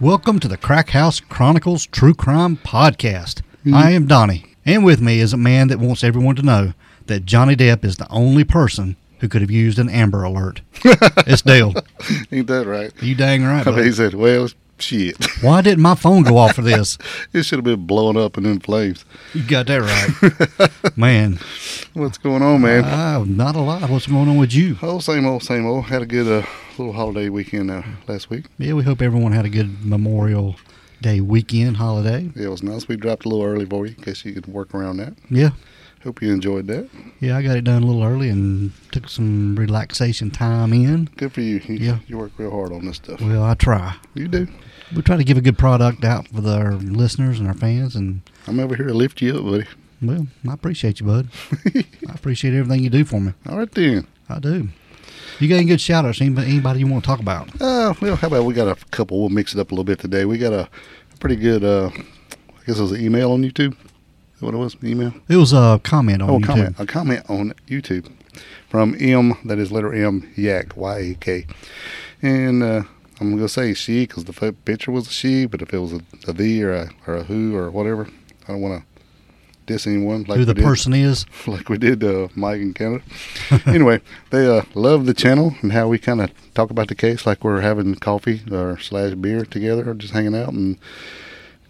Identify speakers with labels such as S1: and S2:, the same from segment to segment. S1: Welcome to the Crack House Chronicles True Crime Podcast. I am Donnie, and with me is a man that wants everyone to know that Johnny Depp is the only person who could have used an Amber Alert. it's Dale.
S2: Ain't that right?
S1: You dang right.
S2: I mean, he
S1: bud.
S2: said, well, shit.
S1: Why didn't my phone go off for this?
S2: it should have been blown up and in flames.
S1: You got that right, man.
S2: What's going on, man?
S1: Uh, not a lot. What's going on with you?
S2: oh, same old, same old. Had a good uh, little holiday weekend uh, last week.
S1: Yeah, we hope everyone had a good Memorial Day weekend holiday.
S2: Yeah, it was nice. We dropped a little early for you in case you could work around that.
S1: Yeah,
S2: Hope you enjoyed that.
S1: yeah. I got it done a little early and took some relaxation time in.
S2: Good for you. you
S1: Yeah.
S2: You work real hard on this stuff.
S1: Well, I try.
S2: You do.
S1: We try to give a good product out for the, our listeners and our fans, and
S2: I'm over here to lift you up, buddy.
S1: well, I appreciate you, bud. I appreciate everything you do for me.
S2: All right, then.
S1: I do. You got any good shout outs? Anybody, anybody you want to talk about?
S2: Uh, well, how about we got a couple? We'll mix it up a little bit today. We got a pretty good, uh, I guess it was an email on YouTube. Is that what it was? Email?
S1: It was a comment on
S2: Oh, a
S1: YouTube.
S2: comment, a comment on YouTube from M, that is letter M, Yak, Y A K. And uh, I'm going to say she because the fo- picture was a she, but if it was a, a thee or a, or a who or whatever, I don't want to diss anyone like
S1: Who the
S2: we did,
S1: person is?
S2: like we did uh, Mike in Canada. anyway, they uh, love the channel and how we kind of talk about the case like we're having coffee or slash beer together or just hanging out and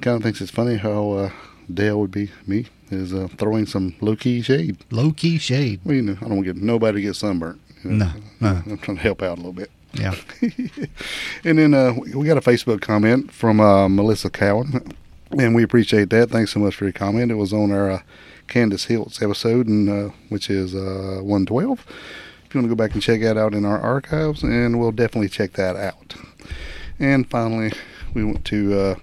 S2: kind of thinks it's funny how uh, Dale would be me is uh, throwing some low key shade.
S1: Low key shade.
S2: Well, you know, I don't want to get nobody to get sunburnt. you know.
S1: No, no.
S2: I'm trying to help out a little bit.
S1: Yeah.
S2: And then uh, we got a Facebook comment from uh, Melissa Cowan, and we appreciate that. Thanks so much for your comment. It was on our uh, Candace Hiltz episode, and uh, which is uh, 112. If you want to go back and check that out in our archives, and we'll definitely check that out. And finally, we want to uh,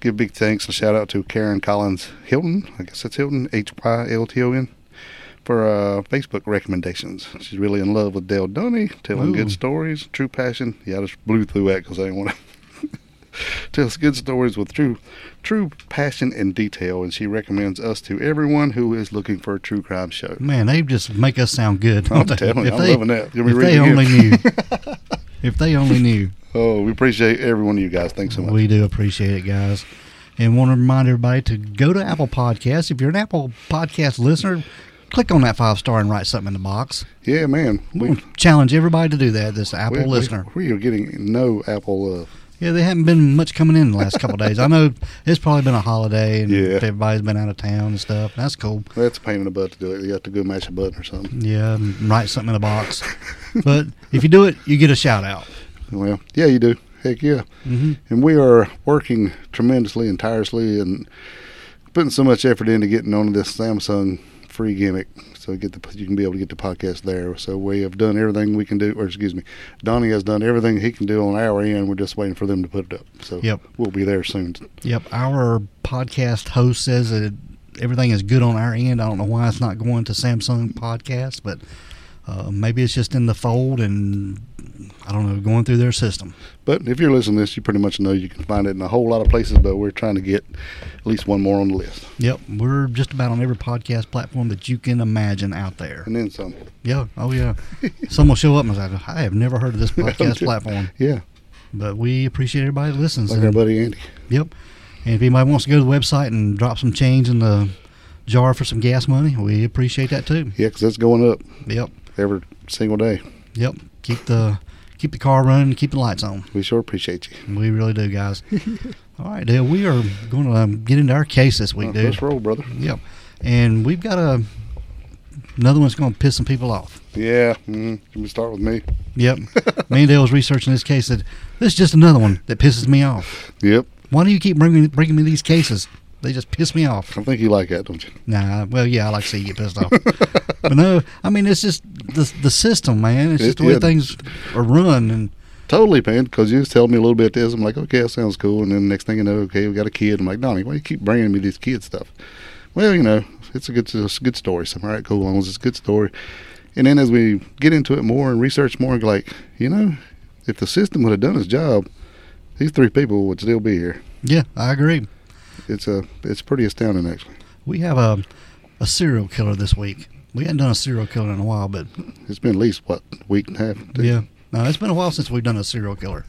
S2: give big thanks and shout out to Karen Collins Hilton. I guess that's Hilton, H Y L T O N, for uh, Facebook recommendations. She's really in love with Dale Dunney, telling
S1: Ooh.
S2: good stories, true passion. Yeah, I just blew through that because I didn't want to. Tells good stories with true, true passion and detail, and she recommends us to everyone who is looking for a true crime show.
S1: Man, they just make us sound good.
S2: I'm
S1: don't they?
S2: telling you,
S1: If
S2: I'm
S1: they-
S2: loving that. Give me
S1: if
S2: read
S1: they
S2: it again.
S1: only knew. if they only knew.
S2: Oh, we appreciate every one of you guys. Thanks so much.
S1: We do appreciate it, guys. And want to remind everybody to go to Apple Podcasts. If you're an Apple Podcast listener, click on that five star and write something in the box.
S2: yeah, man.
S1: We challenge everybody to do that. This Apple
S2: we- we-
S1: listener.
S2: We are getting no Apple love.
S1: Yeah, they haven't been much coming in the last couple of days. I know it's probably been a holiday and
S2: Yeah.
S1: everybody's been out of town and stuff. That's cool.
S2: That's a pain in the butt to do it. You have to go match a button or something.
S1: Yeah, and write something in a box. but if you do it, you get a shout out.
S2: Well, yeah, you do. Heck yeah. Mm-hmm. And we are working tremendously and tirelessly and putting so much effort into getting onto this Samsung free gimmick. So get the you can be able to get the podcast there. So we have done everything we can do, or excuse me, Donnie has done everything he can do on our end. We're just waiting for them to put it up. So
S1: Yep.
S2: we'll be there soon.
S1: Yep, our podcast host says that everything is good on our end. I don't know why it's not going to Samsung Podcast, but uh, maybe it's just in the fold and I don't know, going through their system.
S2: But if you're listening to this, you pretty much know you can find it in a whole lot of places. But we're trying to get at least one more on the list,
S1: Yep, we're just about on every podcast platform that you can imagine out there.
S2: and then some.
S1: Yeah, oh yeah. Some will show up and say, I have never heard of this podcast platform,
S2: Yeah,
S1: but we appreciate everybody that listens.
S2: like
S1: and-
S2: our buddy Andy.
S1: Yep. And if anybody wants to go to the website and drop some change in the jar for some gas money, we appreciate that too.
S2: Yeah, 'cause that's going up
S1: Yep.
S2: every single day.
S1: Yep. Keep the keep the car running, keep the lights on.
S2: We sure appreciate you.
S1: We really do, guys. All right, Dale. We are going to um, get into our case this week, dude.
S2: Uh, Let's roll, brother.
S1: Yep. And we've got a another one's going to piss some people off.
S2: Yeah, mm, can we start with me?
S1: Yep. me and Dale was researching this case. That this is just another one that pisses me off.
S2: Yep.
S1: Why do you keep bringing bringing me these cases? They just piss me off.
S2: I think you like that, don't you?
S1: Nah, well, yeah, I like to see you get pissed off. but no, I mean, it's just the the system, man. It's
S2: It-
S1: just the way
S2: yeah.
S1: things are run. And
S2: Totally, man. Because you was telling me a little bit this, I'm like, okay, that sounds cool. And then next thing you know, okay, we got a kid. I'm like, Donnie, why you keep bringing me this kid stuff? Well, you know, it's a good, it's a good story. So, all right, cool, Owens, it's a good story. And then as we get into it more and research more, like, you know, if the system would have done its job, these three people would still be here.
S1: yeah, I agree.
S2: It's a, it's pretty astounding, actually.
S1: We have a a serial killer this week. We hadn't done a serial killer in a while, but
S2: It's been at least what a week and a half.
S1: yeah, no, it's been a while since we've done a serial killer.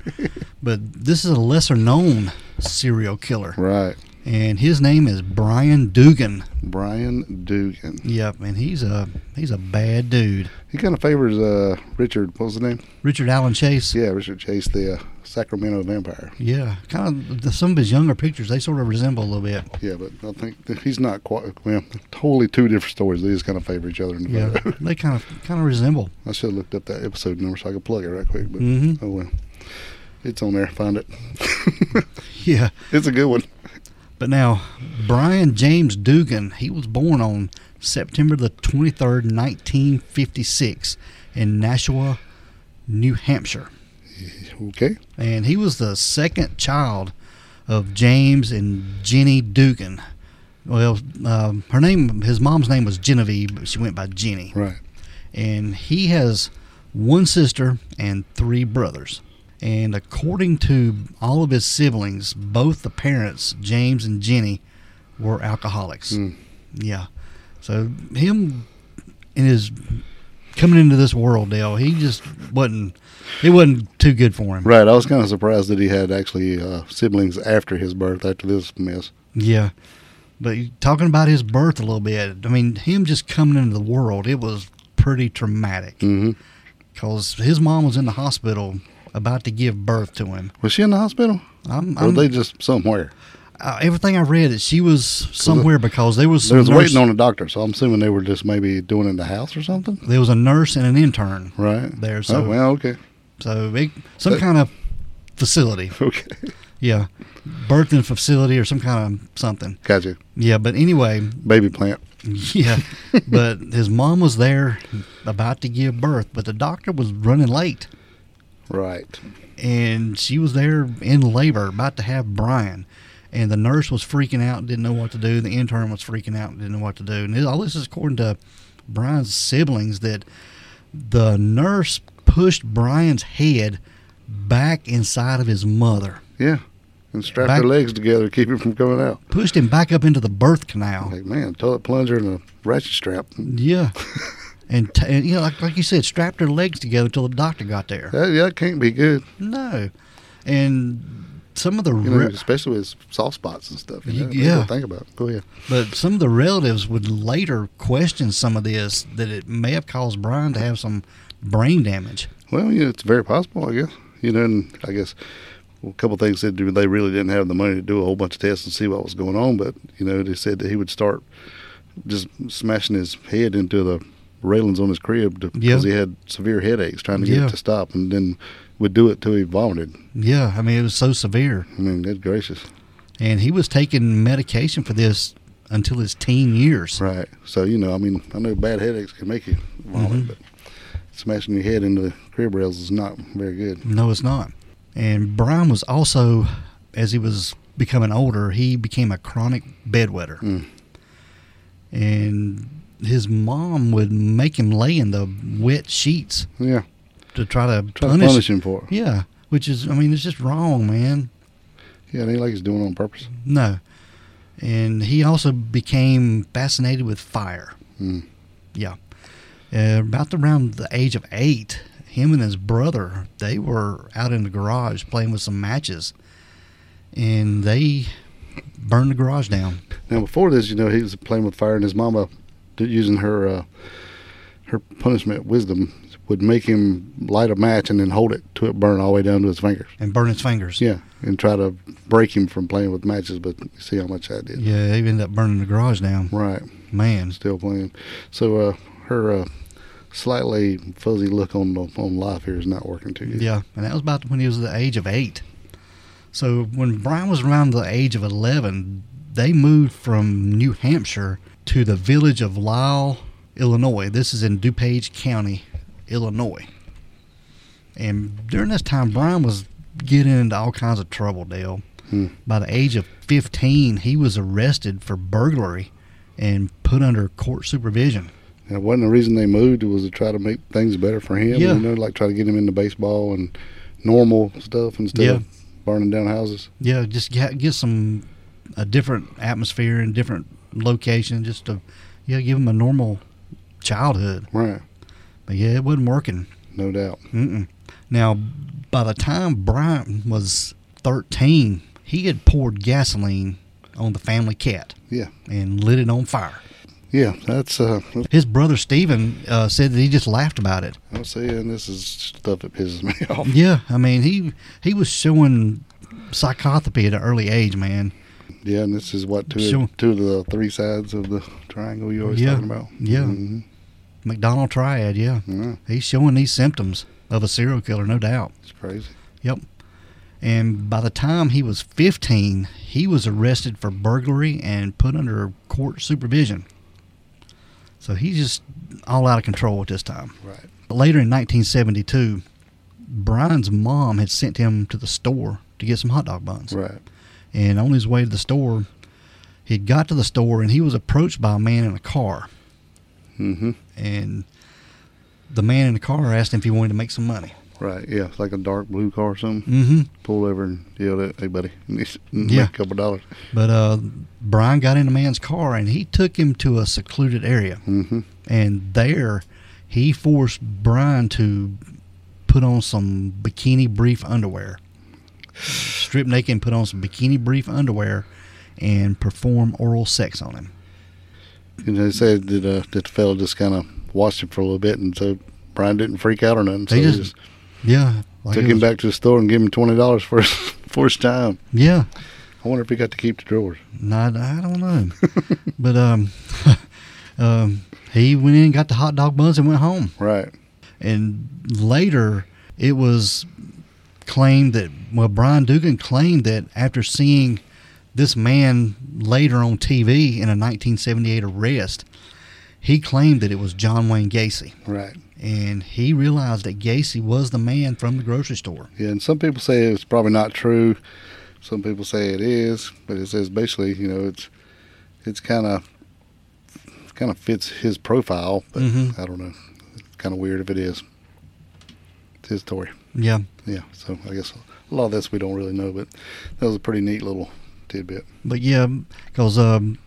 S1: but this is a lesser known serial killer,
S2: Right,
S1: and his name is Brian Dugan.
S2: Brian Dugan.
S1: Yep, and he's a he's a bad dude.
S2: He kind of favors uh Richard. What was the name?
S1: Richard Allen Chase.
S2: Yeah, Richard Chase, the uh, Sacramento Vampire.
S1: Yeah, kind of the, some of his younger pictures they sort of resemble a little bit.
S2: Yeah, but I think that he's not quite. Well, totally two different stories. They just kind of favor each other in the
S1: Yeah,
S2: photo.
S1: they kind of kind of resemble.
S2: I should have looked up that episode number so I could plug it right quick. But
S1: Mhm.
S2: oh well, it's on there. Find it.
S1: Yeah,
S2: it's a good one.
S1: but now Brian James Dugan, he was born on September the twenty third, nineteen fifty six, in Nashua, New Hampshire,
S2: Okay.
S1: and he was the second child of James and Jenny Dugan. Well, um, her name, his mom's name was Genevieve, but she went by Jenny.
S2: Right.
S1: and he has one sister and three brothers. And according to all of his siblings, both the parents, James and Jenny, were alcoholics. Yeah. So him in his coming into this world, Dale, he just wasn't it wasn't too good for him.
S2: Right. I was kind of surprised that he had actually uh, siblings after his birth. After this mess.
S1: Yeah. But you- talking about his birth a little bit, I mean, him just coming into the world, it was pretty traumatic.
S2: Mm-hmm.
S1: because his mom was in the hospital about to give birth to him.
S2: Was she in the hospital?
S1: I'm,
S2: Or
S1: I'm,
S2: they just somewhere?
S1: uh, everything I read is she was somewhere because there was
S2: They
S1: some
S2: was
S1: nurse,
S2: waiting on a doctor, so I'm assuming they were just maybe doing it in the house or something.
S1: there was a nurse and an intern,
S2: Right.
S1: There, so-
S2: oh well. Okay.
S1: so it, some
S2: That-
S1: kind of facility,
S2: Okay.
S1: yeah, birthing facility or some kind of something,
S2: Gotcha.
S1: yeah. But anyway,
S2: Baby plant.
S1: yeah, but his mom was there about to give birth, but the doctor was running late.
S2: Right.
S1: and she was there in labor, about to have Brian. And the nurse was freaking out, and didn't know what to do. The intern was freaking out, and didn't know what to do. And it- all this is according to Brian's siblings that the nurse pushed Brian's head back inside of his mother,
S2: Yeah. And strap
S1: Back-
S2: their legs together to keep it from coming out.
S1: pushed him back up into the birth canal.
S2: Like, man, toilet plunger and a ratchet strap.
S1: Yeah. And, t- and you know, like, like you said, strapped her legs together till the doctor got there.
S2: That, that can't be good.
S1: No, and some of the
S2: You know,
S1: re-
S2: especially with soft spots and stuff. You
S1: You-
S2: know, people
S1: yeah.
S2: Think about it. Go ahead.
S1: But some of the relatives would later question some of this that it may have caused Brian to have some brain damage.
S2: Well, you know, it's very possible, I guess. You know, and I guess a couple of things said they really didn't have the money to do a whole bunch of tests and see what was going on. But, you know, they said that he would start just smashing his head into the railings on his crib
S1: Yeah.
S2: because he had severe headaches trying to get
S1: Yeah.
S2: it to stop and then would do it till he vomited.
S1: Yeah, I mean it was so severe,
S2: I mean, good gracious.
S1: and he was taking medication for this until his teen years.
S2: Right. So you know, I mean, I know bad headaches can make you
S1: Mm-hmm.
S2: vomit, but smashing your head into the crib rails is not very good.
S1: No, it's not. And Brian was also, as he was becoming older, he became a chronic bedwetter,
S2: Mm.
S1: and his mom would make him lay in the wet sheets
S2: Yeah,
S1: to try to
S2: try
S1: punish.
S2: to punish him for it.
S1: Yeah, which is, I mean, it's just wrong, man.
S2: Yeah, it ain't like he's doing it on purpose.
S1: No. And he also became fascinated with fire.
S2: Mm.
S1: Yeah. Uh, about around the age of eight, him and his brother, they were out in the garage playing with some matches. And they burned the garage down.
S2: Now, before this, you know, he was playing with fire, and his mama, did- using her uh, her punishment wisdom, would make him light a match and then hold it till it burned all the way down to his fingers.
S1: And burned his fingers.
S2: Yeah, and try to break him from playing with matches, but you see how much that did.
S1: Yeah, they ended up burning the garage down.
S2: Right.
S1: Man.
S2: still playing. So uh, her uh, slightly fuzzy look on on life here is not working too good.
S1: Yeah. And that was about when he was the age of eight. So when Brian was around the age of 11, they moved from New Hampshire to the village of Lyle, Illinois. This is in DuPage County, Illinois. And during this time, Brian was getting into all kinds of trouble, Dale. By the age of 15, he was arrested for burglary and put under court supervision.
S2: And it wasn't the reason they moved. It was to try to make things better for him.
S1: Yeah.
S2: You know, like try to get him into baseball and normal stuff instead of burning down houses.
S1: Yeah, just get, get some a different atmosphere and different location just to yeah, give him a normal childhood.
S2: Right.
S1: But yeah, it wasn't working.
S2: No doubt.
S1: Mm-mm. Now, by the time Brian was 13, he had poured gasoline on the family cat
S2: Yeah.
S1: and lit it on fire.
S2: Yeah. That's, uh,
S1: His brother Stephen uh, said that he just laughed about it.
S2: I'm saying this is stuff that pisses me off.
S1: Yeah, I mean he he was showing psychopathy at an early age, man.
S2: Yeah. And this is what two,
S1: Sure.
S2: two of the three sides of the triangle you always
S1: Yeah.
S2: talking about.
S1: Yeah.
S2: hmm
S1: McDonald Triad, yeah.
S2: Yeah.
S1: He's showing these symptoms of a serial killer, no doubt.
S2: It's crazy.
S1: Yep. And by the time he was 15, he was arrested for burglary and put under court supervision. So he's just all out of control at this time.
S2: Right.
S1: Later in 1972, Brian's mom had sent him to the store to get some hot dog buns.
S2: Right.
S1: And on his way to the store, he got to the store and he was approached by a man in a car.
S2: Mm-hmm.
S1: And the man in the car asked him if he wanted to make some money.
S2: Right. Yeah. It's like a dark blue car or something.
S1: Mm-hmm.
S2: Pulled over and yelled at, hey, buddy, make
S1: Yeah.
S2: a couple dollars.
S1: But uh, Brian got in the man's car and he took him to a secluded area.
S2: Mm-hmm.
S1: And there, he forced Brian to put on some bikini brief underwear. Strip naked and put on some bikini brief underwear and perform oral sex on him.
S2: And they said that, uh, that the fella just kind of watched him for a little bit, and so Brian didn't freak out or nothing. So
S1: They
S2: he
S1: just-
S2: just,
S1: Yeah. Like
S2: took
S1: it
S2: him
S1: was-
S2: back to the store and gave him twenty dollars for his for his time.
S1: Yeah.
S2: I wonder if he got to keep the drawers.
S1: No, I I don't know. but um, um, he went in and got the hot dog buns and went home.
S2: Right.
S1: And later, it was claimed that, well, Brian Dugan claimed that after seeing this man later on TV in a 1978 arrest, he claimed that it was John Wayne Gacy.
S2: Right.
S1: And he realized that Gacy was the man from the grocery store.
S2: Yeah. And some people say it's probably not true. Some people say it is, but it says basically, you know, it's it's kind of kind of fits his profile, but
S1: Mhm.
S2: I don't know. It's kind of weird if it is. It's his story.
S1: Yeah.
S2: Yeah. So I guess a lot of this we don't really know, but that was a pretty neat little tidbit.
S1: But yeah, because um,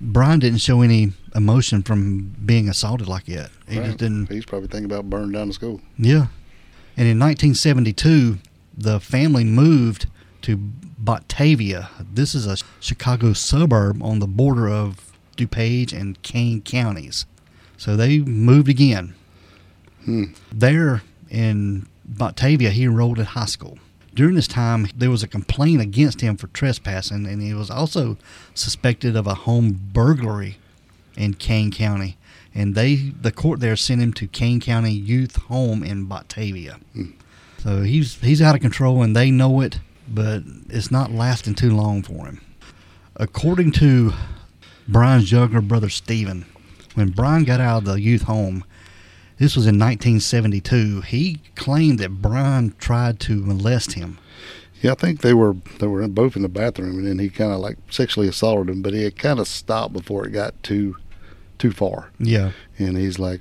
S1: Brian didn't show any emotion from being assaulted like that. He
S2: Right.
S1: just didn't.
S2: He's probably thinking about burning down the school.
S1: Yeah. And in 1972, the family moved to Batavia. This is a Chicago suburb on the border of DuPage and Kane counties. So they moved again.
S2: Hmm.
S1: There in Batavia, he enrolled at high school. During this time, there was a complaint against him for trespassing, and he was also suspected of a home burglary in Kane County. And they, the court there, sent him to Kane County Youth Home in Batavia. So he's he's out of control, and they know it, but it's not lasting too long for him. According to Brian's younger brother Stephen, when Brian got out of the youth home, this was in 1972. He claimed that Brian tried to molest him.
S2: Yeah, I think they were they were both in the bathroom, and then he kind of like sexually assaulted him, but he had kind of stopped before it got too too far,
S1: Yeah,
S2: and he's like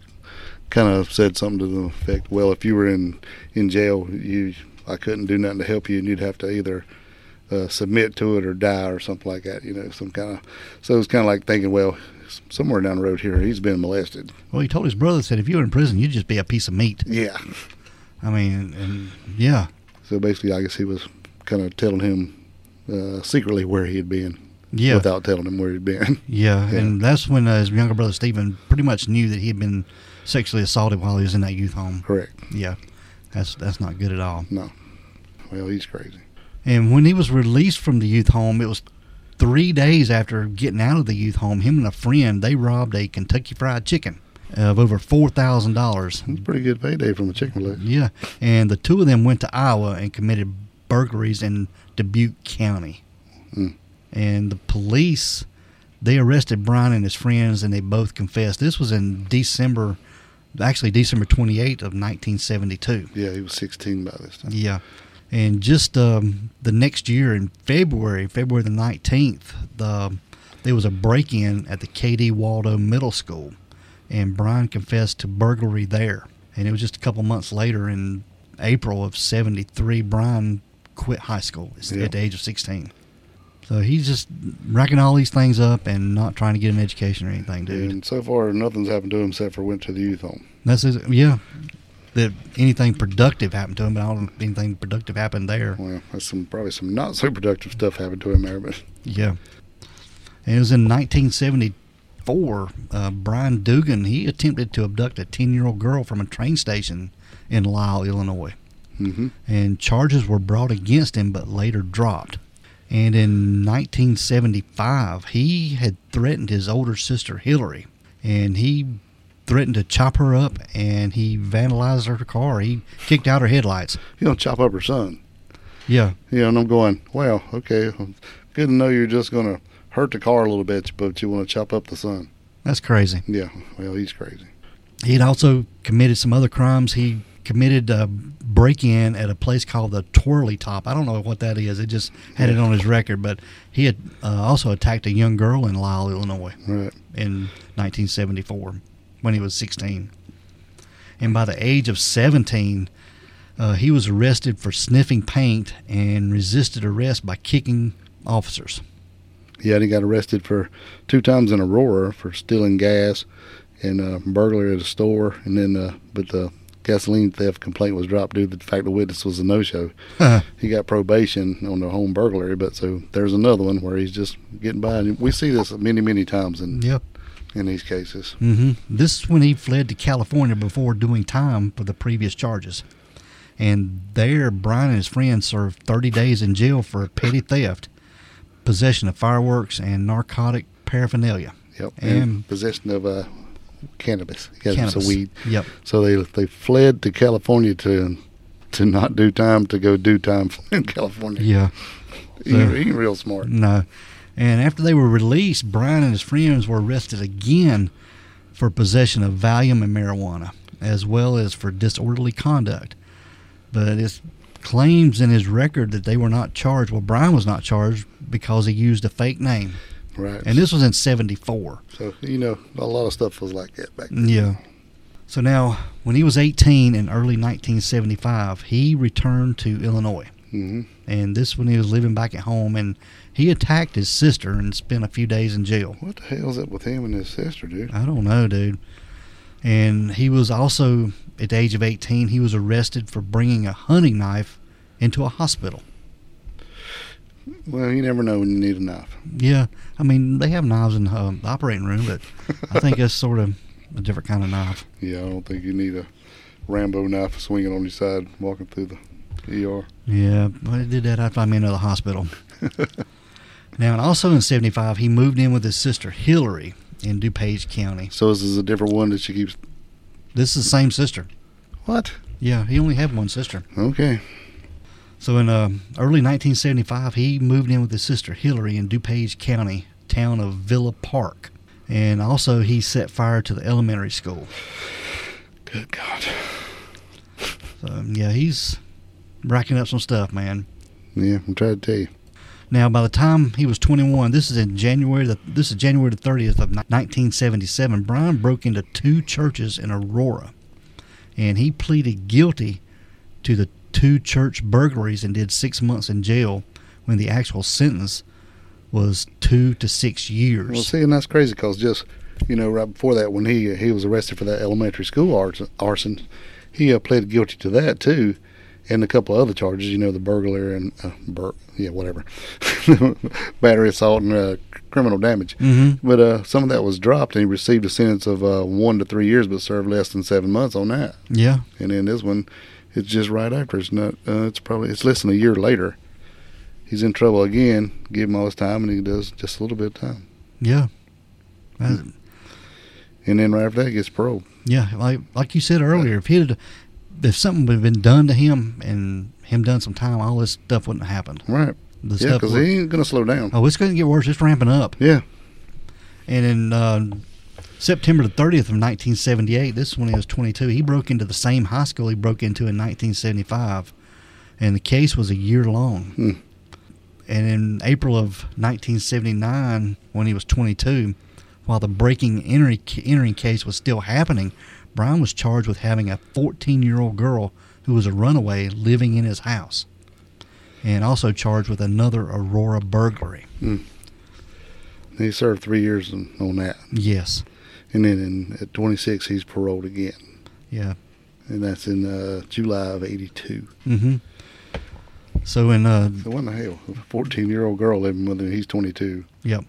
S2: kind of said something to the effect, "Well, if you were in in jail, you I couldn't do nothing to help you, and you'd have to either." Uh, submit to it or die or something like that, you know, some kind of. So it's kind of like thinking, well, s- somewhere down the road here, he's been molested.
S1: Well, he told his brother, said, if you were in prison, you'd just be a piece of meat.
S2: Yeah.
S1: I mean, and yeah,
S2: So basically, I guess he was kind of telling him uh, secretly where he had been
S1: yeah.
S2: without telling him where he'd been.
S1: Yeah,
S2: Yeah.
S1: and that's when uh, his younger brother Stephen pretty much knew that he had been sexually assaulted while he was in that youth home.
S2: Correct.
S1: Yeah, that's that's not good at all.
S2: No. Well, he's crazy.
S1: And when he was released from the youth home, it was three days after getting out of the youth home. Him and a friend they robbed a Kentucky Fried Chicken of over four thousand dollars.
S2: It's a pretty good payday from a chicken leg.
S1: Yeah, and the two of them went to Iowa and committed burglaries in Dubuque County.
S2: Mm.
S1: And the police, they arrested Brian and his friends, and they both confessed. This was in December, actually December 28th of 1972.
S2: Yeah, he was 16 by this time.
S1: Yeah. And just um, the next year in February, February the 19th, the, there was a break in at the KD Waldo Middle School. And Brian confessed to burglary there. And it was just a couple months later in April of 73, Brian quit high school at
S2: Yeah.
S1: the age of 16. So he's just racking all these things up and not trying to get an education or anything, dude.
S2: And so far, nothing's happened to him except for went to the youth home.
S1: That's his, yeah. That anything productive happened to him, but I don't think anything productive happened there.
S2: Well, that's some probably some not so productive stuff happened to him there, but
S1: Yeah. And it was in 1974. Uh, Brian Dugan, he attempted to abduct a 10 year old girl from a train station in Lisle, Illinois.
S2: hmm
S1: And charges were brought against him, but later dropped. And in 1975, he had threatened his older sister, Hillary. And he threatened to chop her up and he vandalized her car. He kicked out her headlights.
S2: you don't chop up her son.
S1: Yeah.
S2: You know, and I'm going, well, okay, good to know you're just going to hurt the car a little bit, but you want to chop up the son.
S1: That's crazy.
S2: Yeah, well, he's crazy.
S1: He had also committed some other crimes. He committed a break in at a place called the Twirly Top. I don't know what that is. It just had it on his record. But he had uh, also attacked a young girl in Lisle, Illinois
S2: Right.
S1: in 1974 when he was 16. And by the age of 17, uh, he was arrested for sniffing paint and resisted arrest by kicking officers.
S2: Yeah, and he got arrested for two times in Aurora for stealing gas and uh, burglary at a store, and then uh, but the gasoline theft complaint was dropped due to the fact the witness was a no-show. He got probation on the home burglary, but so there's another one where he's just getting by. And we see this many, many times in
S1: yep.
S2: in these cases.
S1: hmm This is when he fled to California before doing time for the previous charges. And there, Brian and his friends served 30 days in jail for petty theft, possession of fireworks, and narcotic paraphernalia.
S2: Yep,
S1: And-
S2: and possession of uh, cannabis. Yeah,
S1: Cannabis.
S2: so weed.
S1: Yep.
S2: So they they fled to California to to not do time to go do time in California.
S1: Yeah.
S2: He, he real smart.
S1: No. And after they were released, Brian and his friends were arrested again for possession of Valium and marijuana, as well as for disorderly conduct. But it claims in his record that they were not charged. Well, Brian was not charged because he used a fake name.
S2: Right.
S1: And this was in 74.
S2: so you know a lot of stuff was like that back then.
S1: Yeah. So now, when he was 18 in early 1975, he returned to Illinois.
S2: hmm
S1: And this when he was living back at home, and he attacked his sister and spent a few days in jail.
S2: Mm-hmm. What the hell's up with him and his sister, dude?
S1: I don't know, dude. And he was also, at the age of 18, he was arrested for bringing a hunting knife into a hospital.
S2: Well, you never know when you need a knife.
S1: Yeah, I mean, they have knives in um, the operating room, but I think that's sort of a different kind of knife.
S2: Yeah, I don't think you need a Rambo knife swinging on your side walking through the ER.
S1: Yeah, but I did that after I went into the hospital. now, and also in 75, he moved in with his sister, Hillary, in DuPage County.
S2: So this is a different one that she keeps.
S1: This is the same sister.
S2: What?
S1: Yeah, he only had one sister.
S2: Okay.
S1: So in uh, early 1975, he moved in with his sister Hillary in DuPage County, town of Villa Park, and also he set fire to the elementary school.
S2: Good God.
S1: So yeah, he's racking up some stuff, man.
S2: Yeah, I'm trying to tell you.
S1: Now, by the time he was 21, this is in January. The, this is January the 30th of 1977. Brian broke into two churches in Aurora, and he pleaded guilty to the two church burglaries and did six months in jail. When the actual sentence was two to six years.
S2: Well, see, and that's crazy because just you know, right before that, when he he was arrested for that elementary school arson, arson he uh, pled guilty to that too, and a couple of other charges. You know, the burglar and uh, bur- yeah, whatever, battery assault and uh, criminal damage.
S1: Mhm.
S2: But uh, some of that was dropped, and he received a sentence of uh, one to three years, but served less than seven months on that.
S1: Yeah,
S2: And then this one, it's just right after. It's not. Uh, it's probably it's less than a year later. He's in trouble again. Give him all his time, and he does just a little bit of time.
S1: yeah, Uh,
S2: and then right after that he gets paroled.
S1: yeah. Like like you said earlier, if he had if something would have been done to him and him done some time, all this stuff wouldn't have happened.
S2: Right.
S1: The
S2: Yeah,
S1: stuff
S2: because
S1: would-
S2: he ain't going to slow down.
S1: oh, it's going to get worse. It's ramping up.
S2: Yeah.
S1: And in uh, September the 30th of 1978, this one is 22, he broke into the same high school he broke into in 1975. And the case was a year long.
S2: Hmm.
S1: And in April of 1979, when he was 22, while the breaking entering, entering case was still happening, Brian was charged with having a 14 year old girl who was a runaway living in his house. And also charged with another Aurora burglary.
S2: He served three years on on that.
S1: Yes.
S2: And then in, at 26, he's paroled again.
S1: Yeah.
S2: And that's in uh, July of 82.
S1: Mm-hmm. So in uh,
S2: So what in the hell? A 14 year old girl living with him. He's 22.
S1: yep.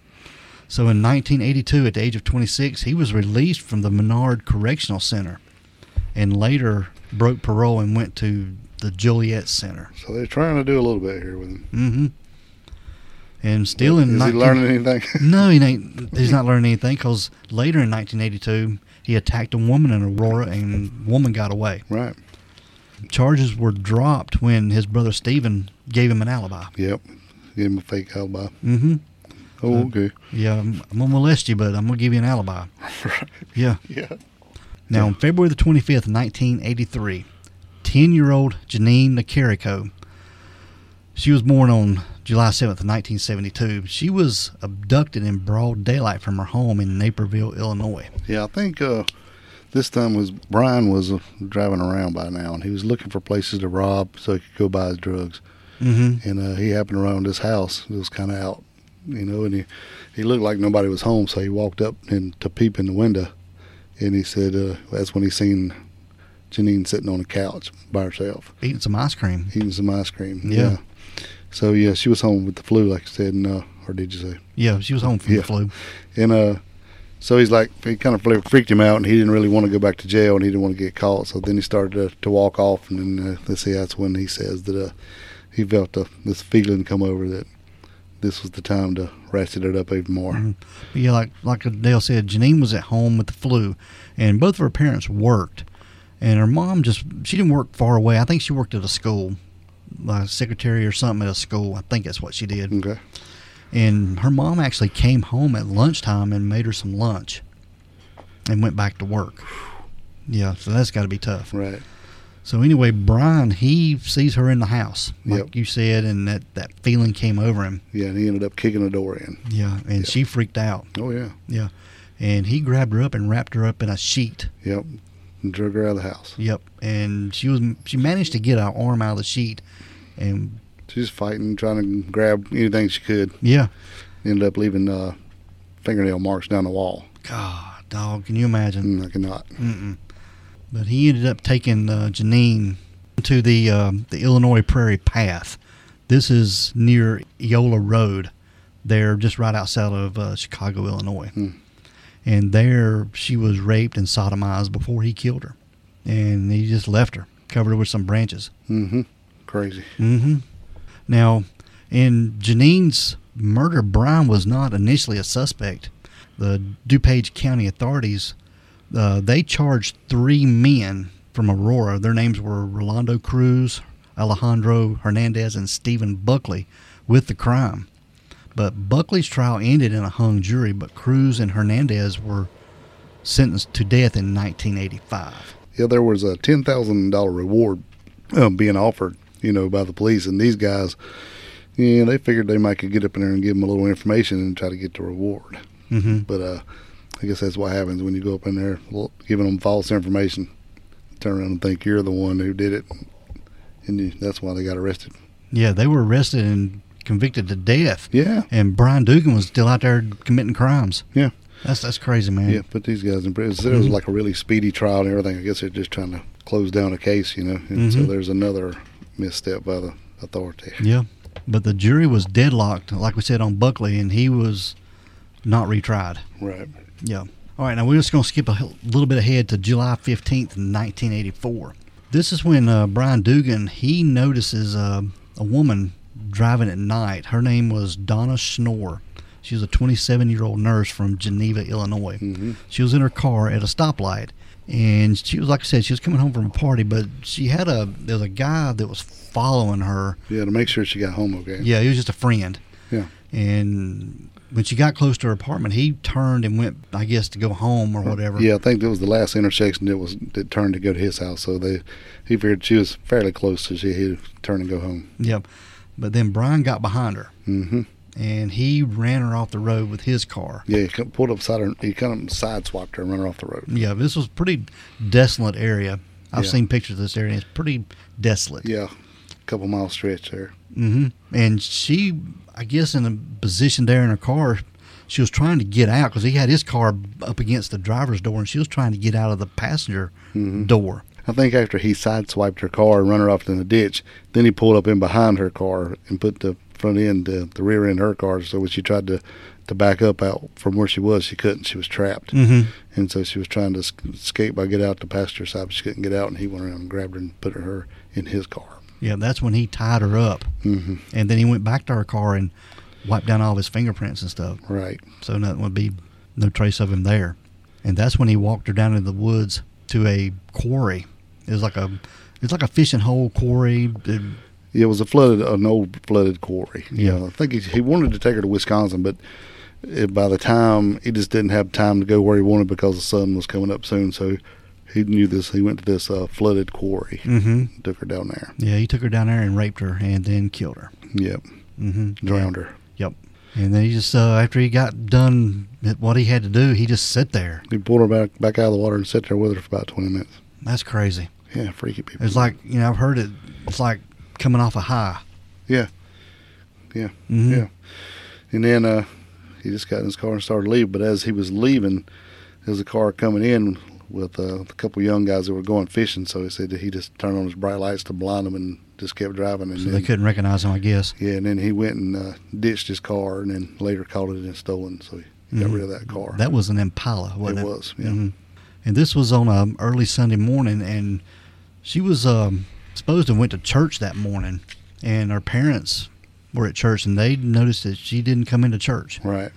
S1: So in 1982, at the age of 26, he was released from the Menard Correctional Center, and later broke parole and went to the Joliet Center.
S2: So they're trying to do a little bit here with him.
S1: Mm-hmm. And still in
S2: Is
S1: 19-
S2: he learning anything?
S1: No, he ain't. He's not learning anything because later in 1982, he attacked a woman in Aurora, and woman got away.
S2: right.
S1: Charges were dropped when his brother Stephen gave him an alibi.
S2: Yep. Give him a fake alibi.
S1: Mm-hmm.
S2: Oh, okay.
S1: Yeah, I'm, I'm gonna molest you, but I'm gonna give you an alibi. Yeah.
S2: Yeah.
S1: Now, on February the 25th, 1983, 10 year old Janine Nicarico, she was born on July 7th, 1972. She was abducted in broad daylight from her home in Naperville, Illinois.
S2: Yeah, I think uh, this time was Brian was uh, driving around by now, and he was looking for places to rob so he could go buy his drugs.
S1: Mm-hmm.
S2: And uh, he happened around this house. It was kind of out, you know, and he he looked like nobody was home, so he walked up and to peep in the window, and he said uh, that's when he seen Janine sitting on the couch by herself
S1: Eating some ice cream.
S2: eating some ice cream.
S1: Yeah.
S2: So yeah, she was home with the flu, like I said, and uh, or did you say?
S1: Yeah, she was home from
S2: Yeah.
S1: the flu.
S2: And uh, so he's like, he kind of freaked him out, and he didn't really want to go back to jail, and he didn't want to get caught. So then he started to, to walk off, and then uh, let's see, that's when he says that uh, he felt uh, this feeling come over that this was the time to ratchet it up even more.
S1: But yeah, like like Dale said, Janine was at home with the flu, and both of her parents worked, and her mom just she didn't work far away. I think she worked at a school, like secretary or something at a school. I think that's what she did.
S2: Okay.
S1: And her mom actually came home at lunchtime and made her some lunch, and went back to work. Yeah, so that's got to be tough.
S2: Right.
S1: So anyway, Brian he sees her in the house, like
S2: Yep.
S1: you said, and that that feeling came over him.
S2: Yeah, and he ended up kicking the door in.
S1: Yeah, and
S2: Yep.
S1: she freaked out.
S2: Oh yeah.
S1: Yeah. And he grabbed her up and wrapped her up in a sheet.
S2: Yep. And drug her out of the house.
S1: Yep. And she was she managed to get her arm out of the sheet and
S2: She's fighting, trying to grab anything she could.
S1: yeah.
S2: Ended up leaving uh, fingernail marks down the wall.
S1: God, dog, can you imagine?
S2: Mm, I cannot.
S1: Mm-mm. But he ended up taking uh, Janine to the um the Illinois Prairie Path. This is near Eola Road. They're just right outside of uh, Chicago, Illinois.
S2: Hmm.
S1: And there she was raped and sodomized before he killed her. And he just left her, covered her with some branches.
S2: Mm-hmm. Crazy.
S1: hmm Now, in Janine's murder, Brian was not initially a suspect. The DuPage County authorities uh, they charged three men from Aurora. Their names were Rolando Cruz, Alejandro Hernandez, and Stephen Buckley with the crime. But Buckley's trial ended in a hung jury, but Cruz and Hernandez were sentenced to death in 1985.
S2: Yeah, there was a ten thousand dollar reward um, being offered, you know, by the police, and these guys, yeah, they figured they might could get up in there and give them a little information and try to get the reward.
S1: Mm-hmm.
S2: But uh, I guess that's what happens when you go up in there l- giving them false information. Turn around and think you're the one who did it, and you, that's why they got arrested.
S1: Yeah, they were arrested and convicted to death.
S2: Yeah,
S1: and Brian Dugan was still out there committing crimes.
S2: Yeah.
S1: that's that's crazy, man.
S2: yeah. Put these guys in prison. There was like a really speedy trial and everything. I guess they're just trying to close down a case, you know. And so
S1: Mhm.
S2: there's another misstep by the authority.
S1: Yeah. but the jury was deadlocked, like we said on Buckley, and he was not retried.
S2: Right.
S1: Yeah. All right, now we're just going to skip a h- little bit ahead to July 15th, 1984. This is when uh, Brian Dugan, he notices uh, a woman driving at night. Her name was Donna Schnorr. She was a 27-year-old nurse from Geneva, Illinois.
S2: Mhm.
S1: She was in her car at a stoplight, and she was like I said, she was coming home from a party, but she had a there was a guy that was following her.
S2: Yeah, to make sure she got home okay.
S1: Yeah, he was just a friend,
S2: Yeah.
S1: and when she got close to her apartment, he turned and went, I guess, to go home or whatever.
S2: Yeah, I think that was the last intersection that was that turned to go to his house. So they, he figured she was fairly close, so she he turned and go home.
S1: Yep. But then Brian got behind her,
S2: Mm-hmm.
S1: and he ran her off the road with his car.
S2: Yeah, he come- pulled up beside her. He kind of sideswiped her and run her off the road.
S1: Yeah, this was pretty desolate area. I've
S2: Yeah.
S1: seen pictures of this area. and It's pretty desolate.
S2: Yeah, couple mile stretch there.
S1: hmm And she, I guess, in a position there in her car, she was trying to get out because he had his car up against the driver's door, and she was trying to get out of the passenger
S2: Mm-hmm.
S1: door.
S2: I think after he sideswiped her car and run her off in the ditch, then he pulled up in behind her car and put the front end, the, the rear end of her car. So when she tried to, to back up out from where she was, she couldn't. She was trapped.
S1: Mm-hmm.
S2: And so she was trying to es- escape by get out the passenger side, but she couldn't get out. And he went around and grabbed her and put her in his car.
S1: Yeah, that's when he tied her up,
S2: hmm
S1: and then he went back to her car and wiped down all his fingerprints and stuff.
S2: Right.
S1: so nothing would be no trace of him there. And that's when he walked her down into the woods to a quarry. It was like a it's like a fishing hole quarry. It-
S2: It was a flooded, an old flooded quarry. You
S1: Yeah.
S2: know, I think he, he wanted to take her to Wisconsin, but uh, by the time he just didn't have time to go where he wanted because the sun was coming up soon. So he knew this. He went to this uh, flooded quarry,
S1: Mhm.
S2: took her down there.
S1: Yeah, he took her down there and raped her and then killed her.
S2: Yep,
S1: hmm
S2: drowned her.
S1: Yep. And then he just uh, after he got done at what he had to do, he just sat there.
S2: He pulled her back back out of the water and sat there with her for about twenty minutes.
S1: That's crazy.
S2: Yeah, freaky people.
S1: It's like you know I've heard it. It's like coming off a high.
S2: Yeah, yeah,
S1: Mhm.
S2: yeah. And then uh, he just got in his car and started to leave. But as he was leaving, there was a car coming in with uh, a couple young guys that were going fishing. So he said that he just turned on his bright lights to blind them and just kept driving. And
S1: So
S2: then,
S1: they couldn't recognize him, I guess.
S2: Yeah, and then he went and uh, ditched his car, and then later caught it and stolen. So he got
S1: Mhm.
S2: rid of that car.
S1: That was an Impala, wasn't it?
S2: It was, yeah.
S1: Mhm. And this was on a early Sunday morning, and she was um, supposed to went to church that morning, and her parents were at church, and they noticed that she didn't come into church.
S2: right.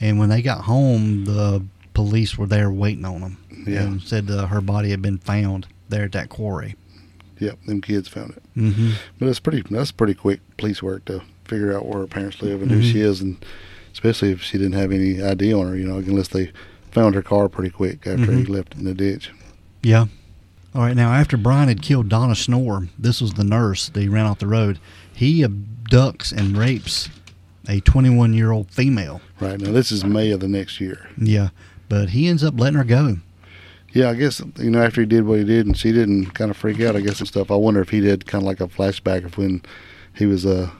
S1: And when they got home, the police were there waiting on them,
S2: Yeah.
S1: and said uh, her body had been found there at that quarry.
S2: Yep. Them kids found it.
S1: Mm-hmm.
S2: But it's pretty. That's pretty quick police work to figure out where her parents live and who she
S1: Mm-hmm.
S2: is, and especially if she didn't have any ID on her, you know, unless they found her car pretty quick after he
S1: Mhm.
S2: left it in the ditch.
S1: Yeah. All right. Now, after Brian had killed Donna Schnorr, this was the nurse that he ran off the road. He abducts and rapes a 21 year old female.
S2: Right now, this is May of the next year.
S1: Yeah. But he ends up letting her go.
S2: Yeah, I guess you know after he did what he did, and she didn't kind of freak out. I guess and stuff. I wonder if he did kind of like a flashback of when he was uh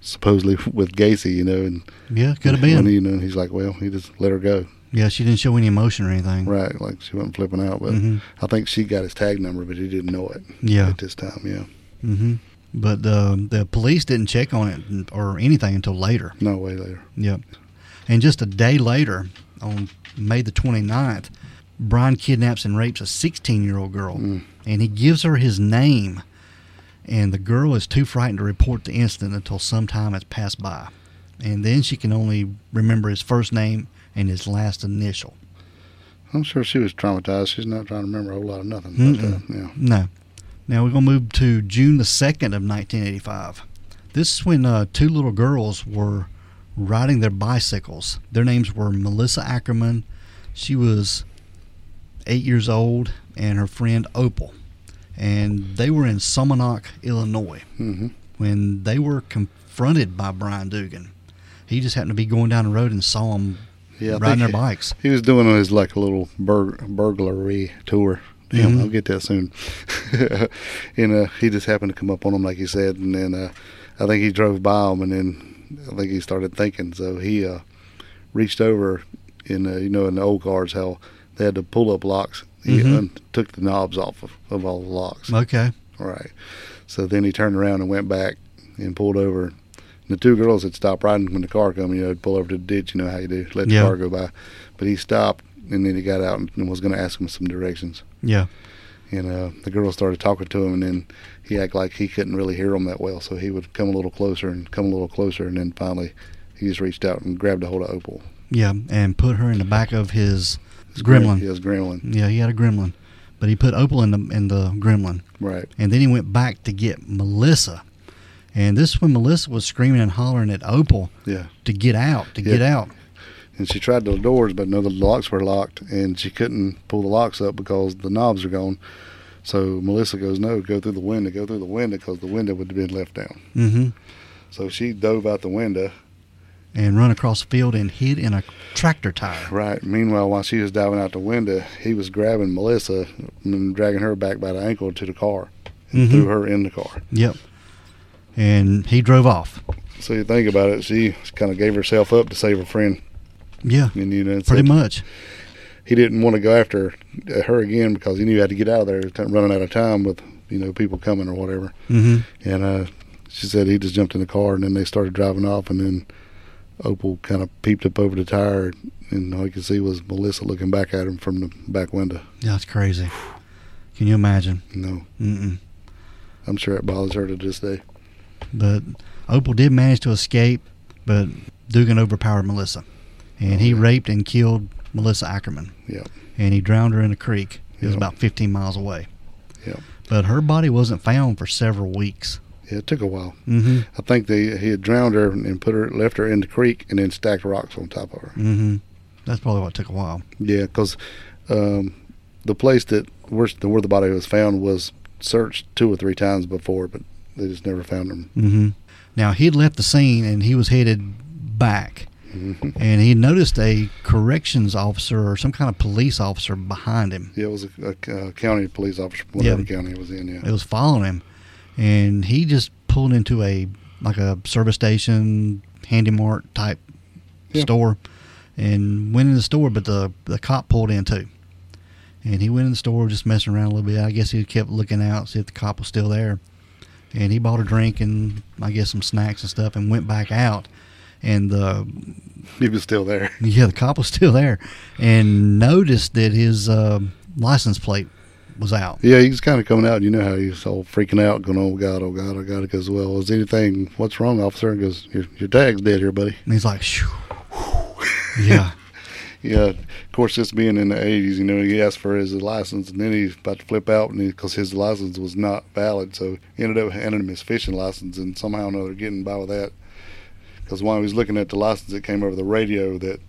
S2: supposedly with Gacy, you know, and
S1: Yeah. Could have
S2: when,
S1: been.
S2: you know, and he's like, well, he just let her go,
S1: Yeah. She didn't show any emotion or anything.
S2: right? Like she wasn't flipping out, but
S1: Mhm.
S2: I think she got his tag number, but he didn't know it.
S1: Yeah.
S2: at this time, yeah.
S1: hmm But uh, the police didn't check on it or anything until later.
S2: No, way later.
S1: Yep. And just a day later, on May the 29th, Brian kidnaps and rapes a 16 year old girl. And he gives her his name. And the girl is too frightened to report the incident until some time has passed by. And then she can only remember his first name and his last initial.
S2: I'm sure she was traumatized. She's not trying to remember a whole lot of nothing. But, uh, yeah.
S1: No. Now we're going to move to June the 2nd of 1985. This is when uh, two little girls were riding their bicycles. Their names were Melissa Ackerman. She was eight years old, and her friend Opal. And they were in Summonock, Illinois,
S2: hmm
S1: when they were confronted by Brian Dugan. He just happened to be going down the road and saw them
S2: Yeah, I
S1: riding their
S2: think he-
S1: bikes.
S2: He was doing his like little bur- burglary tour. Damn,
S1: Mhm.
S2: I'll get that soon. and uh, he just happened to come up on him, like he said, and then uh, I think he drove by him, and then I think he started thinking. So he uh, reached over, in uh, you know, in the old cars, how they had the pull up locks. He
S1: Mhm.
S2: un- took the knobs off of, of all the locks.
S1: Okay.
S2: Right. So then he turned around and went back and pulled over. And the two girls had stopped riding when the car come. You know, they'd pull over to the ditch. You know how you do, let the
S1: Yeah.
S2: car go by. But he stopped and then he got out and was going to ask him some directions.
S1: Yeah.
S2: And uh, the girl started talking to him, and then he acted like he couldn't really hear them that well. So he would come a little closer and come a little closer, and then finally he just reached out and grabbed a hold of Opal.
S1: Yeah. And put her in the back of his
S2: His
S1: gremlin.
S2: His gremlin.
S1: Yeah, he had a gremlin. but he put Opal in the in the gremlin,
S2: Right.
S1: and then he went back to get Melissa. And this is when Melissa was screaming and hollering at Opal
S2: Yeah.
S1: to get out, to
S2: Yeah.
S1: get out.
S2: And she tried the doors, but no, the locks were locked, and she couldn't pull the locks up because the knobs are gone. So Melissa goes, "No, go through the window. Go through the window because the window would have been left down."
S1: hmm
S2: So she dove out the window.
S1: And run across the field and hid in a tractor tire.
S2: Right. Meanwhile, while she was diving out the window, he was grabbing Melissa and dragging her back by the ankle to the car and
S1: Mhm.
S2: threw her in the car.
S1: Yep. And he drove off.
S2: So you think about it, she kind of gave herself up to save her friend,
S1: Yeah,
S2: and you know, it's
S1: pretty
S2: like-
S1: much.
S2: he didn't want to go after her again because he knew he had to get out of there, t- running out of time with you know people coming or whatever.
S1: hmm
S2: And uh, she said he just jumped in the car, and then they started driving off. And then Opal kind of peeped up over the tire, and all you could see was Melissa looking back at him from the back window.
S1: Yeah, it's crazy. Can you imagine?
S2: You know,
S1: Mm-mm.
S2: I'm sure it bothers her to this day.
S1: But Opal did manage to escape, but Dugan overpowered Melissa. And he
S2: Oh, yeah.
S1: raped and killed Melissa Ackerman.
S2: Yep.
S1: And he drowned her in a creek. It was
S2: Yep.
S1: about 15 miles away.
S2: Yep.
S1: But her body wasn't found for several weeks.
S2: Yeah, it took a while.
S1: Mm-hmm.
S2: I think they he had drowned her and put her left her in the creek and then stacked rocks on top of her.
S1: Mm-hmm. That's probably what took a while.
S2: Yeah, because um, the place that where, where the body was found was searched two or three times before, but they just never found him.
S1: Mm-hmm. Now, he'd left the scene and he was headed back.
S2: Mhm.
S1: And he noticed a corrections officer or some kind of police officer behind him.
S2: Yeah, it was a, a, a county police officer, whatever
S1: Yeah.
S2: county it was in.
S1: It
S2: Yeah,
S1: was following him, and he just pulled into a like a service station, handy mart type
S2: Yeah.
S1: store, and went in the store. But the the cop pulled in too, and he went in the store just messing around a little bit. I guess he kept looking out see if the cop was still there, and he bought a drink and I guess some snacks and stuff, and went back out. And the
S2: he was still there.
S1: yeah, the cop was still there, and noticed that his uh, license plate was out.
S2: Yeah, he was kind of coming out. and You know how he's all freaking out, going, "Oh God, oh God, oh God!" He goes, "Well, is anything? What's wrong, officer?" He goes, "Your your tag's dead here, buddy."
S1: And he's like, Shoo. yeah,
S2: Yeah, of course, this being in the '80s, you know, he asked for his license, and then he's about to flip out, and because his license was not valid, so he ended up handing him his fishing license, and somehow or another getting by with that. Because while he was looking at the license, it came over the radio that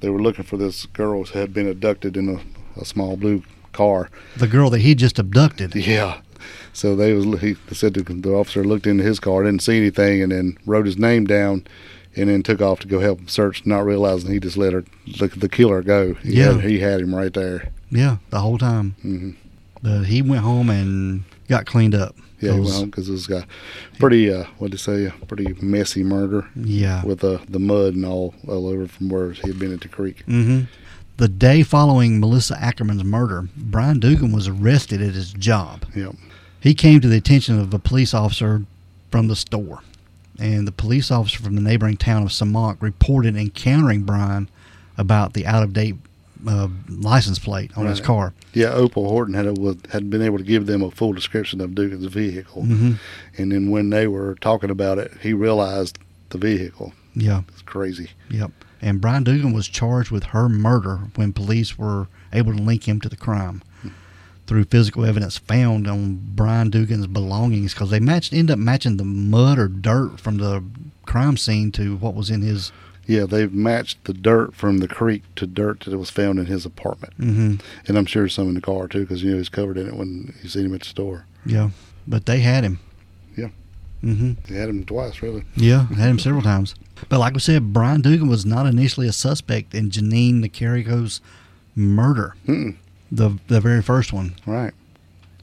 S2: they were looking for this girl who had been abducted in a, a small blue car.
S1: the girl that he just abducted.
S2: Yeah. So they was he said the, the officer looked into his car, didn't see anything, and then wrote his name down, and then took off to go help him search, not realizing he just let her the, the killer go. He
S1: Yeah.
S2: had, he had him right there.
S1: Yeah, the whole time.
S2: Mhm.
S1: But he went home and got cleaned up.
S2: Yeah, he
S1: It
S2: went
S1: was-
S2: home because it was a pretty uh, what do you say, a pretty messy murder
S1: yeah.
S2: with uh, the mud and all all over from where he had been at the creek.
S1: hmm The day following Melissa Ackerman's murder, Brian Dugan was arrested at his job.
S2: Yeah,
S1: He came to the attention of a police officer from the store, and the police officer from the neighboring town of Samak reported encountering Brian about the out-of-date uh, license plate on his
S2: Right.
S1: car.
S2: yeah. Opal Horton had a, was, had been able to give them a full description of Dugan's vehicle,
S1: Mhm.
S2: and then when they were talking about it, he realized the vehicle.
S1: Yeah.
S2: It's crazy.
S1: Yep. And Brian Dugan was charged with her murder when police were able to link him to the crime through physical evidence found on Brian Dugan's belongings because they matched end up matching the mud or dirt from the crime scene to what was in his.
S2: Yeah, they've matched the dirt from the creek to dirt that was found in his apartment,
S1: Mm-hmm.
S2: and I'm sure some in the car too, because you know he's covered in it when you seen him at the store.
S1: Yeah. But they had him.
S2: Yeah.
S1: Mm-hmm.
S2: They had him twice, really.
S1: Yeah, had him several times. But like we said, Brian Dugan was not initially a suspect in Janine Nicarico's murder,
S2: Mm-mm.
S1: the the very first one.
S2: Right.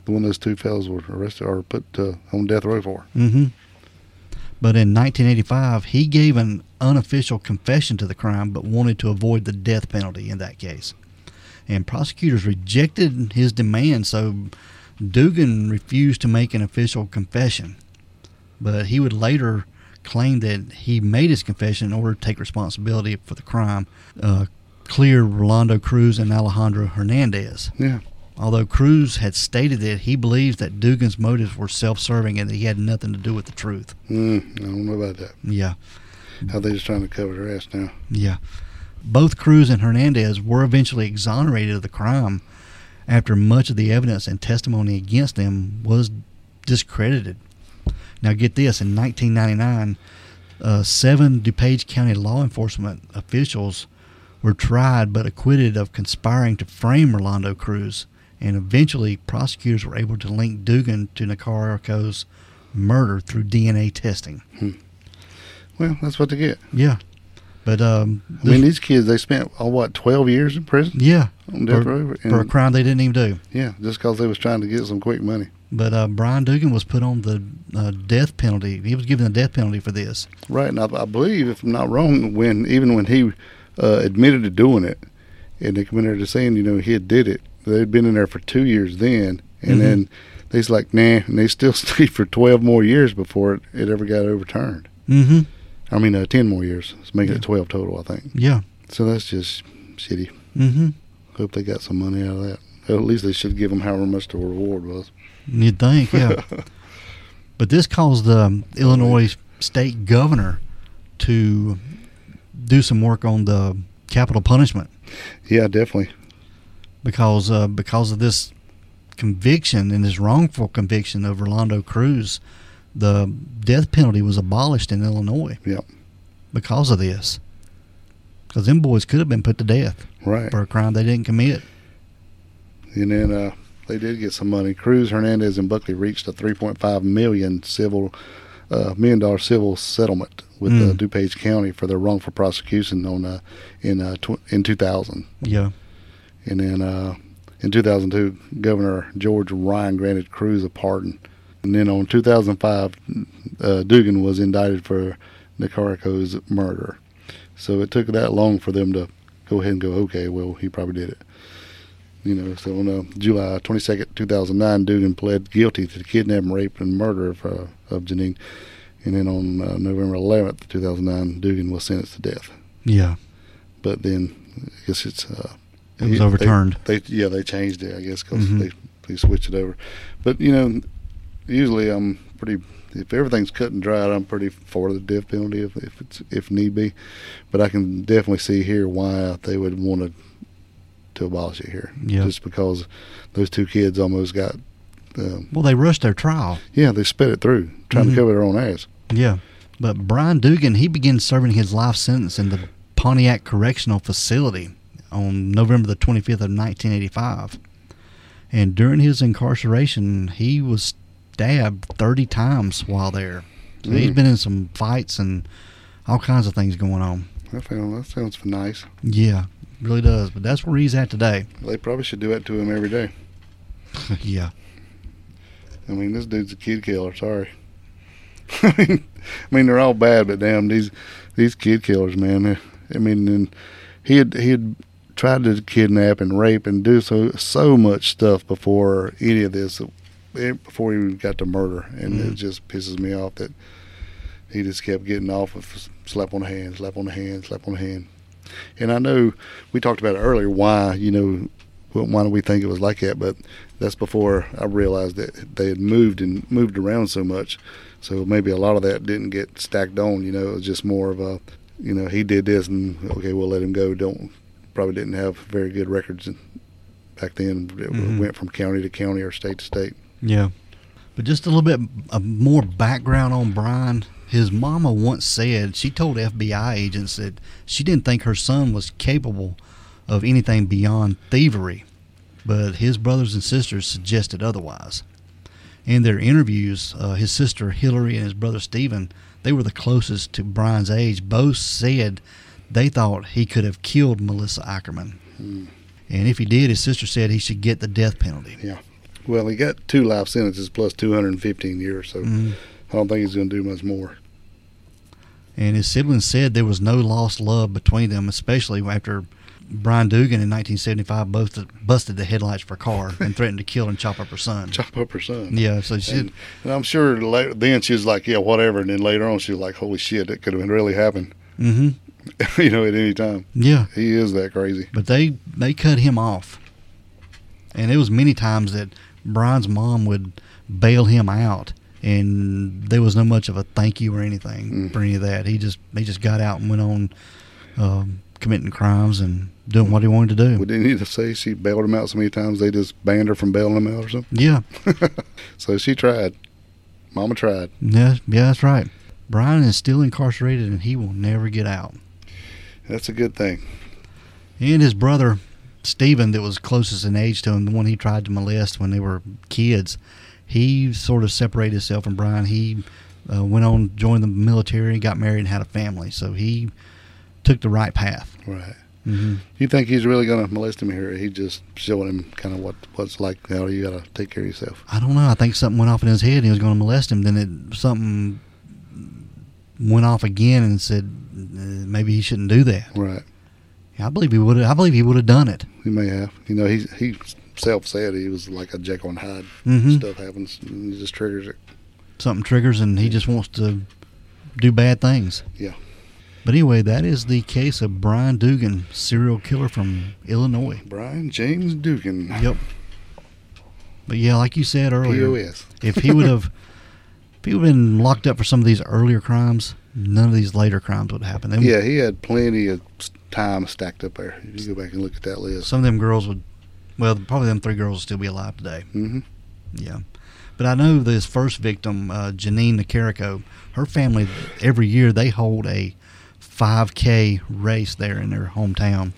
S2: The one those two fellows were arrested or put uh, on death row for.
S1: hmm But in 1985, he gave an unofficial confession to the crime, but wanted to avoid the death penalty in that case. And prosecutors rejected his demand, so Dugan refused to make an official confession. But he would later claim that he made his confession in order to take responsibility for the crime, uh, clear Rolando Cruz and Alejandro Hernandez
S2: Yeah.
S1: although Cruz had stated that he believes that Dugan's motives were self-serving and that he had nothing to do with the truth.
S2: Mm, I don't know about that.
S1: Yeah,
S2: How they just trying to cover their ass now.
S1: yeah. Both Cruz and Hernandez were eventually exonerated of the crime, after much of the evidence and testimony against them was discredited. Now, get this in 1999, uh, seven DuPage County law enforcement officials were tried but acquitted of conspiring to frame Rolando Cruz, and eventually prosecutors were able to link Dugan to Nicarico's murder through DNA testing.
S2: Well, that's what they get.
S1: Yeah. But, um,
S2: I mean, these kids, they spent, oh, what, 12 years in prison?
S1: yeah,
S2: On death
S1: for-
S2: row?
S1: for a
S2: And-
S1: crime they didn't even do.
S2: Yeah, just because they was trying to get some quick money.
S1: But uh, Brian Dugan was put on the uh, death penalty. He was given the death penalty for this.
S2: Right, and I, I believe, if I'm not wrong, when even when he uh, admitted to doing it, and they committed to saying, you know, he had did it, they'd been in there for two years then, and
S1: Mhm.
S2: then they's like, nah, and they still stayed for twelve more years before it, it ever got overturned.
S1: Mm-hmm.
S2: I mean, uh, ten more years, it's making
S1: Yeah.
S2: it twelve total, I think.
S1: Yeah.
S2: So that's just shitty.
S1: Mm-hmm.
S2: Hope they got some money out of that. At least they should give them however much the reward was.
S1: You'd think, yeah. but this caused the um, Illinois state governor to do some work on the capital punishment
S2: Yeah, definitely.
S1: because uh, because of this conviction and this wrongful conviction of Rolando Cruz, the death penalty was abolished in Illinois.
S2: Yep.
S1: Because of this, because them boys could have been put to death
S2: Right.
S1: for a crime they didn't commit.
S2: And then uh, they did get some money. Cruz, Hernandez, and Buckley reached a 3.5 million civil uh, million dollar civil settlement with
S1: Mm.
S2: uh, DuPage County for their wrongful prosecution on uh, in uh, tw- in 2000.
S1: Yeah.
S2: And then uh, in 2002, Governor George Ryan granted Cruz a pardon. And then on 2005, uh, Dugan was indicted for Nicarico's murder. So it took that long for them to go ahead and go, okay, well, he probably did it. You know, so on uh, July 22nd, 2009, Dugan pled guilty to the kidnapping, rape, and murder of, uh, of Janine. And then on uh, November 11th, 2009, Dugan was sentenced to death.
S1: Yeah.
S2: But then, I guess it's uh,
S1: It was
S2: they-
S1: overturned.
S2: They, yeah, they changed it, I guess, because
S1: Mhm.
S2: they they switched it over. But you know, usually I'm pretty. If everything's cut and dried, I'm pretty for the death penalty if if, it's, if need be. But I can definitely see here why they would want to to abolish it here,
S1: Yeah.
S2: just because those two kids almost got. Um,
S1: Well, they rushed their trial.
S2: yeah, they sped it through, trying
S1: Mhm.
S2: to cover their own ass.
S1: Yeah. But Brian Dugan, he began serving his life sentence in the Pontiac Correctional Facility on November the 25th of 1985. And during his incarceration, he was stabbed 30 times while there. So he's
S2: Mm.
S1: been in some fights and all kinds of things going on.
S2: I found that sounds nice.
S1: Yeah, really does. But that's where he's at today.
S2: They probably should do that to him every day.
S1: yeah.
S2: I mean, this dude's a kid killer. Sorry. I mean, I mean, they're all bad, but damn, these these kid killers, man. eh, I mean, and he had he had tried to kidnap and rape and do so so much stuff before any of this, eh, before he even got to murder, and it
S1: Mhm.
S2: just pisses me off that he just kept getting off with slap on the hand, slap on the hand, slap on the hand. And I know we talked about it earlier why you know wh- why do we think it was like that, but that's before I realized that they had moved and moved around so much. So maybe a lot of that didn't get stacked on. You know, it was just more of a, you know, he did this and okay, we'll let him go. Don't probably didn't have very good records back then. It
S1: Mhm.
S2: went from county to county or state to state.
S1: Yeah. But just a little bit of more background on Brian. His mama once said she told FBI agents that she didn't think her son was capable of anything beyond thievery, but his brothers and sisters suggested otherwise. In their interviews, uh, his sister Hillary and his brother Stephen, they were the closest to Brian's age, both said they thought he could have killed Melissa Ackerman. And if he did, his sister said he should get the death penalty.
S2: Well, he got two life sentences plus 215 years, so I don't think he's going to do much more.
S1: And his siblings said there was no lost love between them, especially after Brian Dugan in 1975 both busted the headlights for a car and threatened to kill and chop up her son.
S2: Chop up her son.
S1: Yeah, so she
S2: And, and I'm sure later, then she was like, yeah, whatever. And then later on, she was like, holy shit, that could have really happened,
S1: hmm
S2: you know, at any time.
S1: Yeah,
S2: He is that crazy.
S1: but they they cut him off, and it was many times that Brian's mom would bail him out, and there was no much of a thank you or anything
S2: Mm.
S1: for any of that. He just he just got out and went on um, committing crimes and doing what he wanted to
S2: We
S1: do.
S2: didn't need to say she bailed him out so many times they just banned her from bailing him out or something.
S1: Yeah,
S2: So she tried. Mama tried.
S1: yeah, yeah. That's right. Brian is still incarcerated and he will never get out.
S2: That's a good thing.
S1: And his brother Stephen, that was closest in age to him, the one he tried to molest when they were kids, he sort of separated himself from Brian. He uh, went on, joined the military, got married, and had a family. So he took the right path.
S2: Right.
S1: hmm
S2: You think he's really going to molest him here? He just showing him kind of what what's like. How you got to take care of yourself.
S1: I don't know. I think something went off in his head and he was going to molest him. Then it something went off again and said uh, maybe he shouldn't do that.
S2: Right.
S1: I believe he would. I believe he would have done it.
S2: He may have. You know, he he self said he was like a Jekyll and Hyde.
S1: Mhm.
S2: Stuff happens. And he just triggers it.
S1: Something triggers and he just wants to do bad things.
S2: Yeah.
S1: But anyway, that is the case of Brian Dugan, serial killer from Illinois.
S2: Brian James Dugan.
S1: Yep. But yeah, like you said earlier,
S2: POS.
S1: if he would have, if he would have been locked up for some of these earlier crimes, none of these later crimes would happen. Them-
S2: Yeah, he had plenty of s- time stacked up there. If you go back and look at that list.
S1: Some of them girls would, well, probably them three girls would still be alive today.
S2: Mm-hmm.
S1: Yeah. But I know this first victim, uh, Janine Nicarico, her family, every year they hold a 5K race there in their hometown.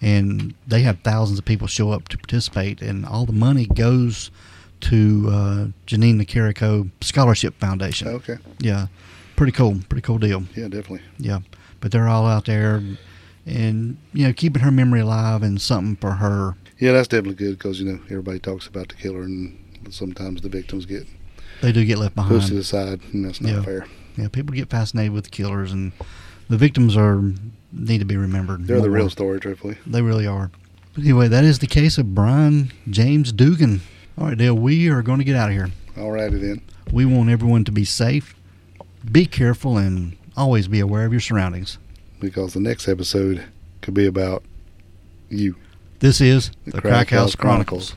S1: And they have thousands of people show up to participate. And all the money goes to uh, Janine Nicarico Scholarship Foundation.
S2: Okay.
S1: Yeah. Pretty cool. Pretty cool deal.
S2: Yeah, definitely.
S1: Yeah, but they're all out there, and you know, keeping her memory alive and something for her.
S2: Yeah, that's definitely good because you know everybody talks about the killer, and sometimes the victims get
S1: They do get left
S2: pushed to
S1: behind.
S2: the side, and that's not
S1: Yeah.
S2: fair.
S1: Yeah, people get fascinated with the killers, and the victims are need to be remembered.
S2: They're the
S1: more.
S2: real story, truthfully.
S1: They really are. But anyway, that is the case of Brian James Dugan. All right, Dale, we are going to get out of here.
S2: Alrighty then.
S1: We want everyone to be safe, be careful, and always be aware of your surroundings.
S2: because the next episode could be about you.
S1: This is
S2: The Crack House Chronicles.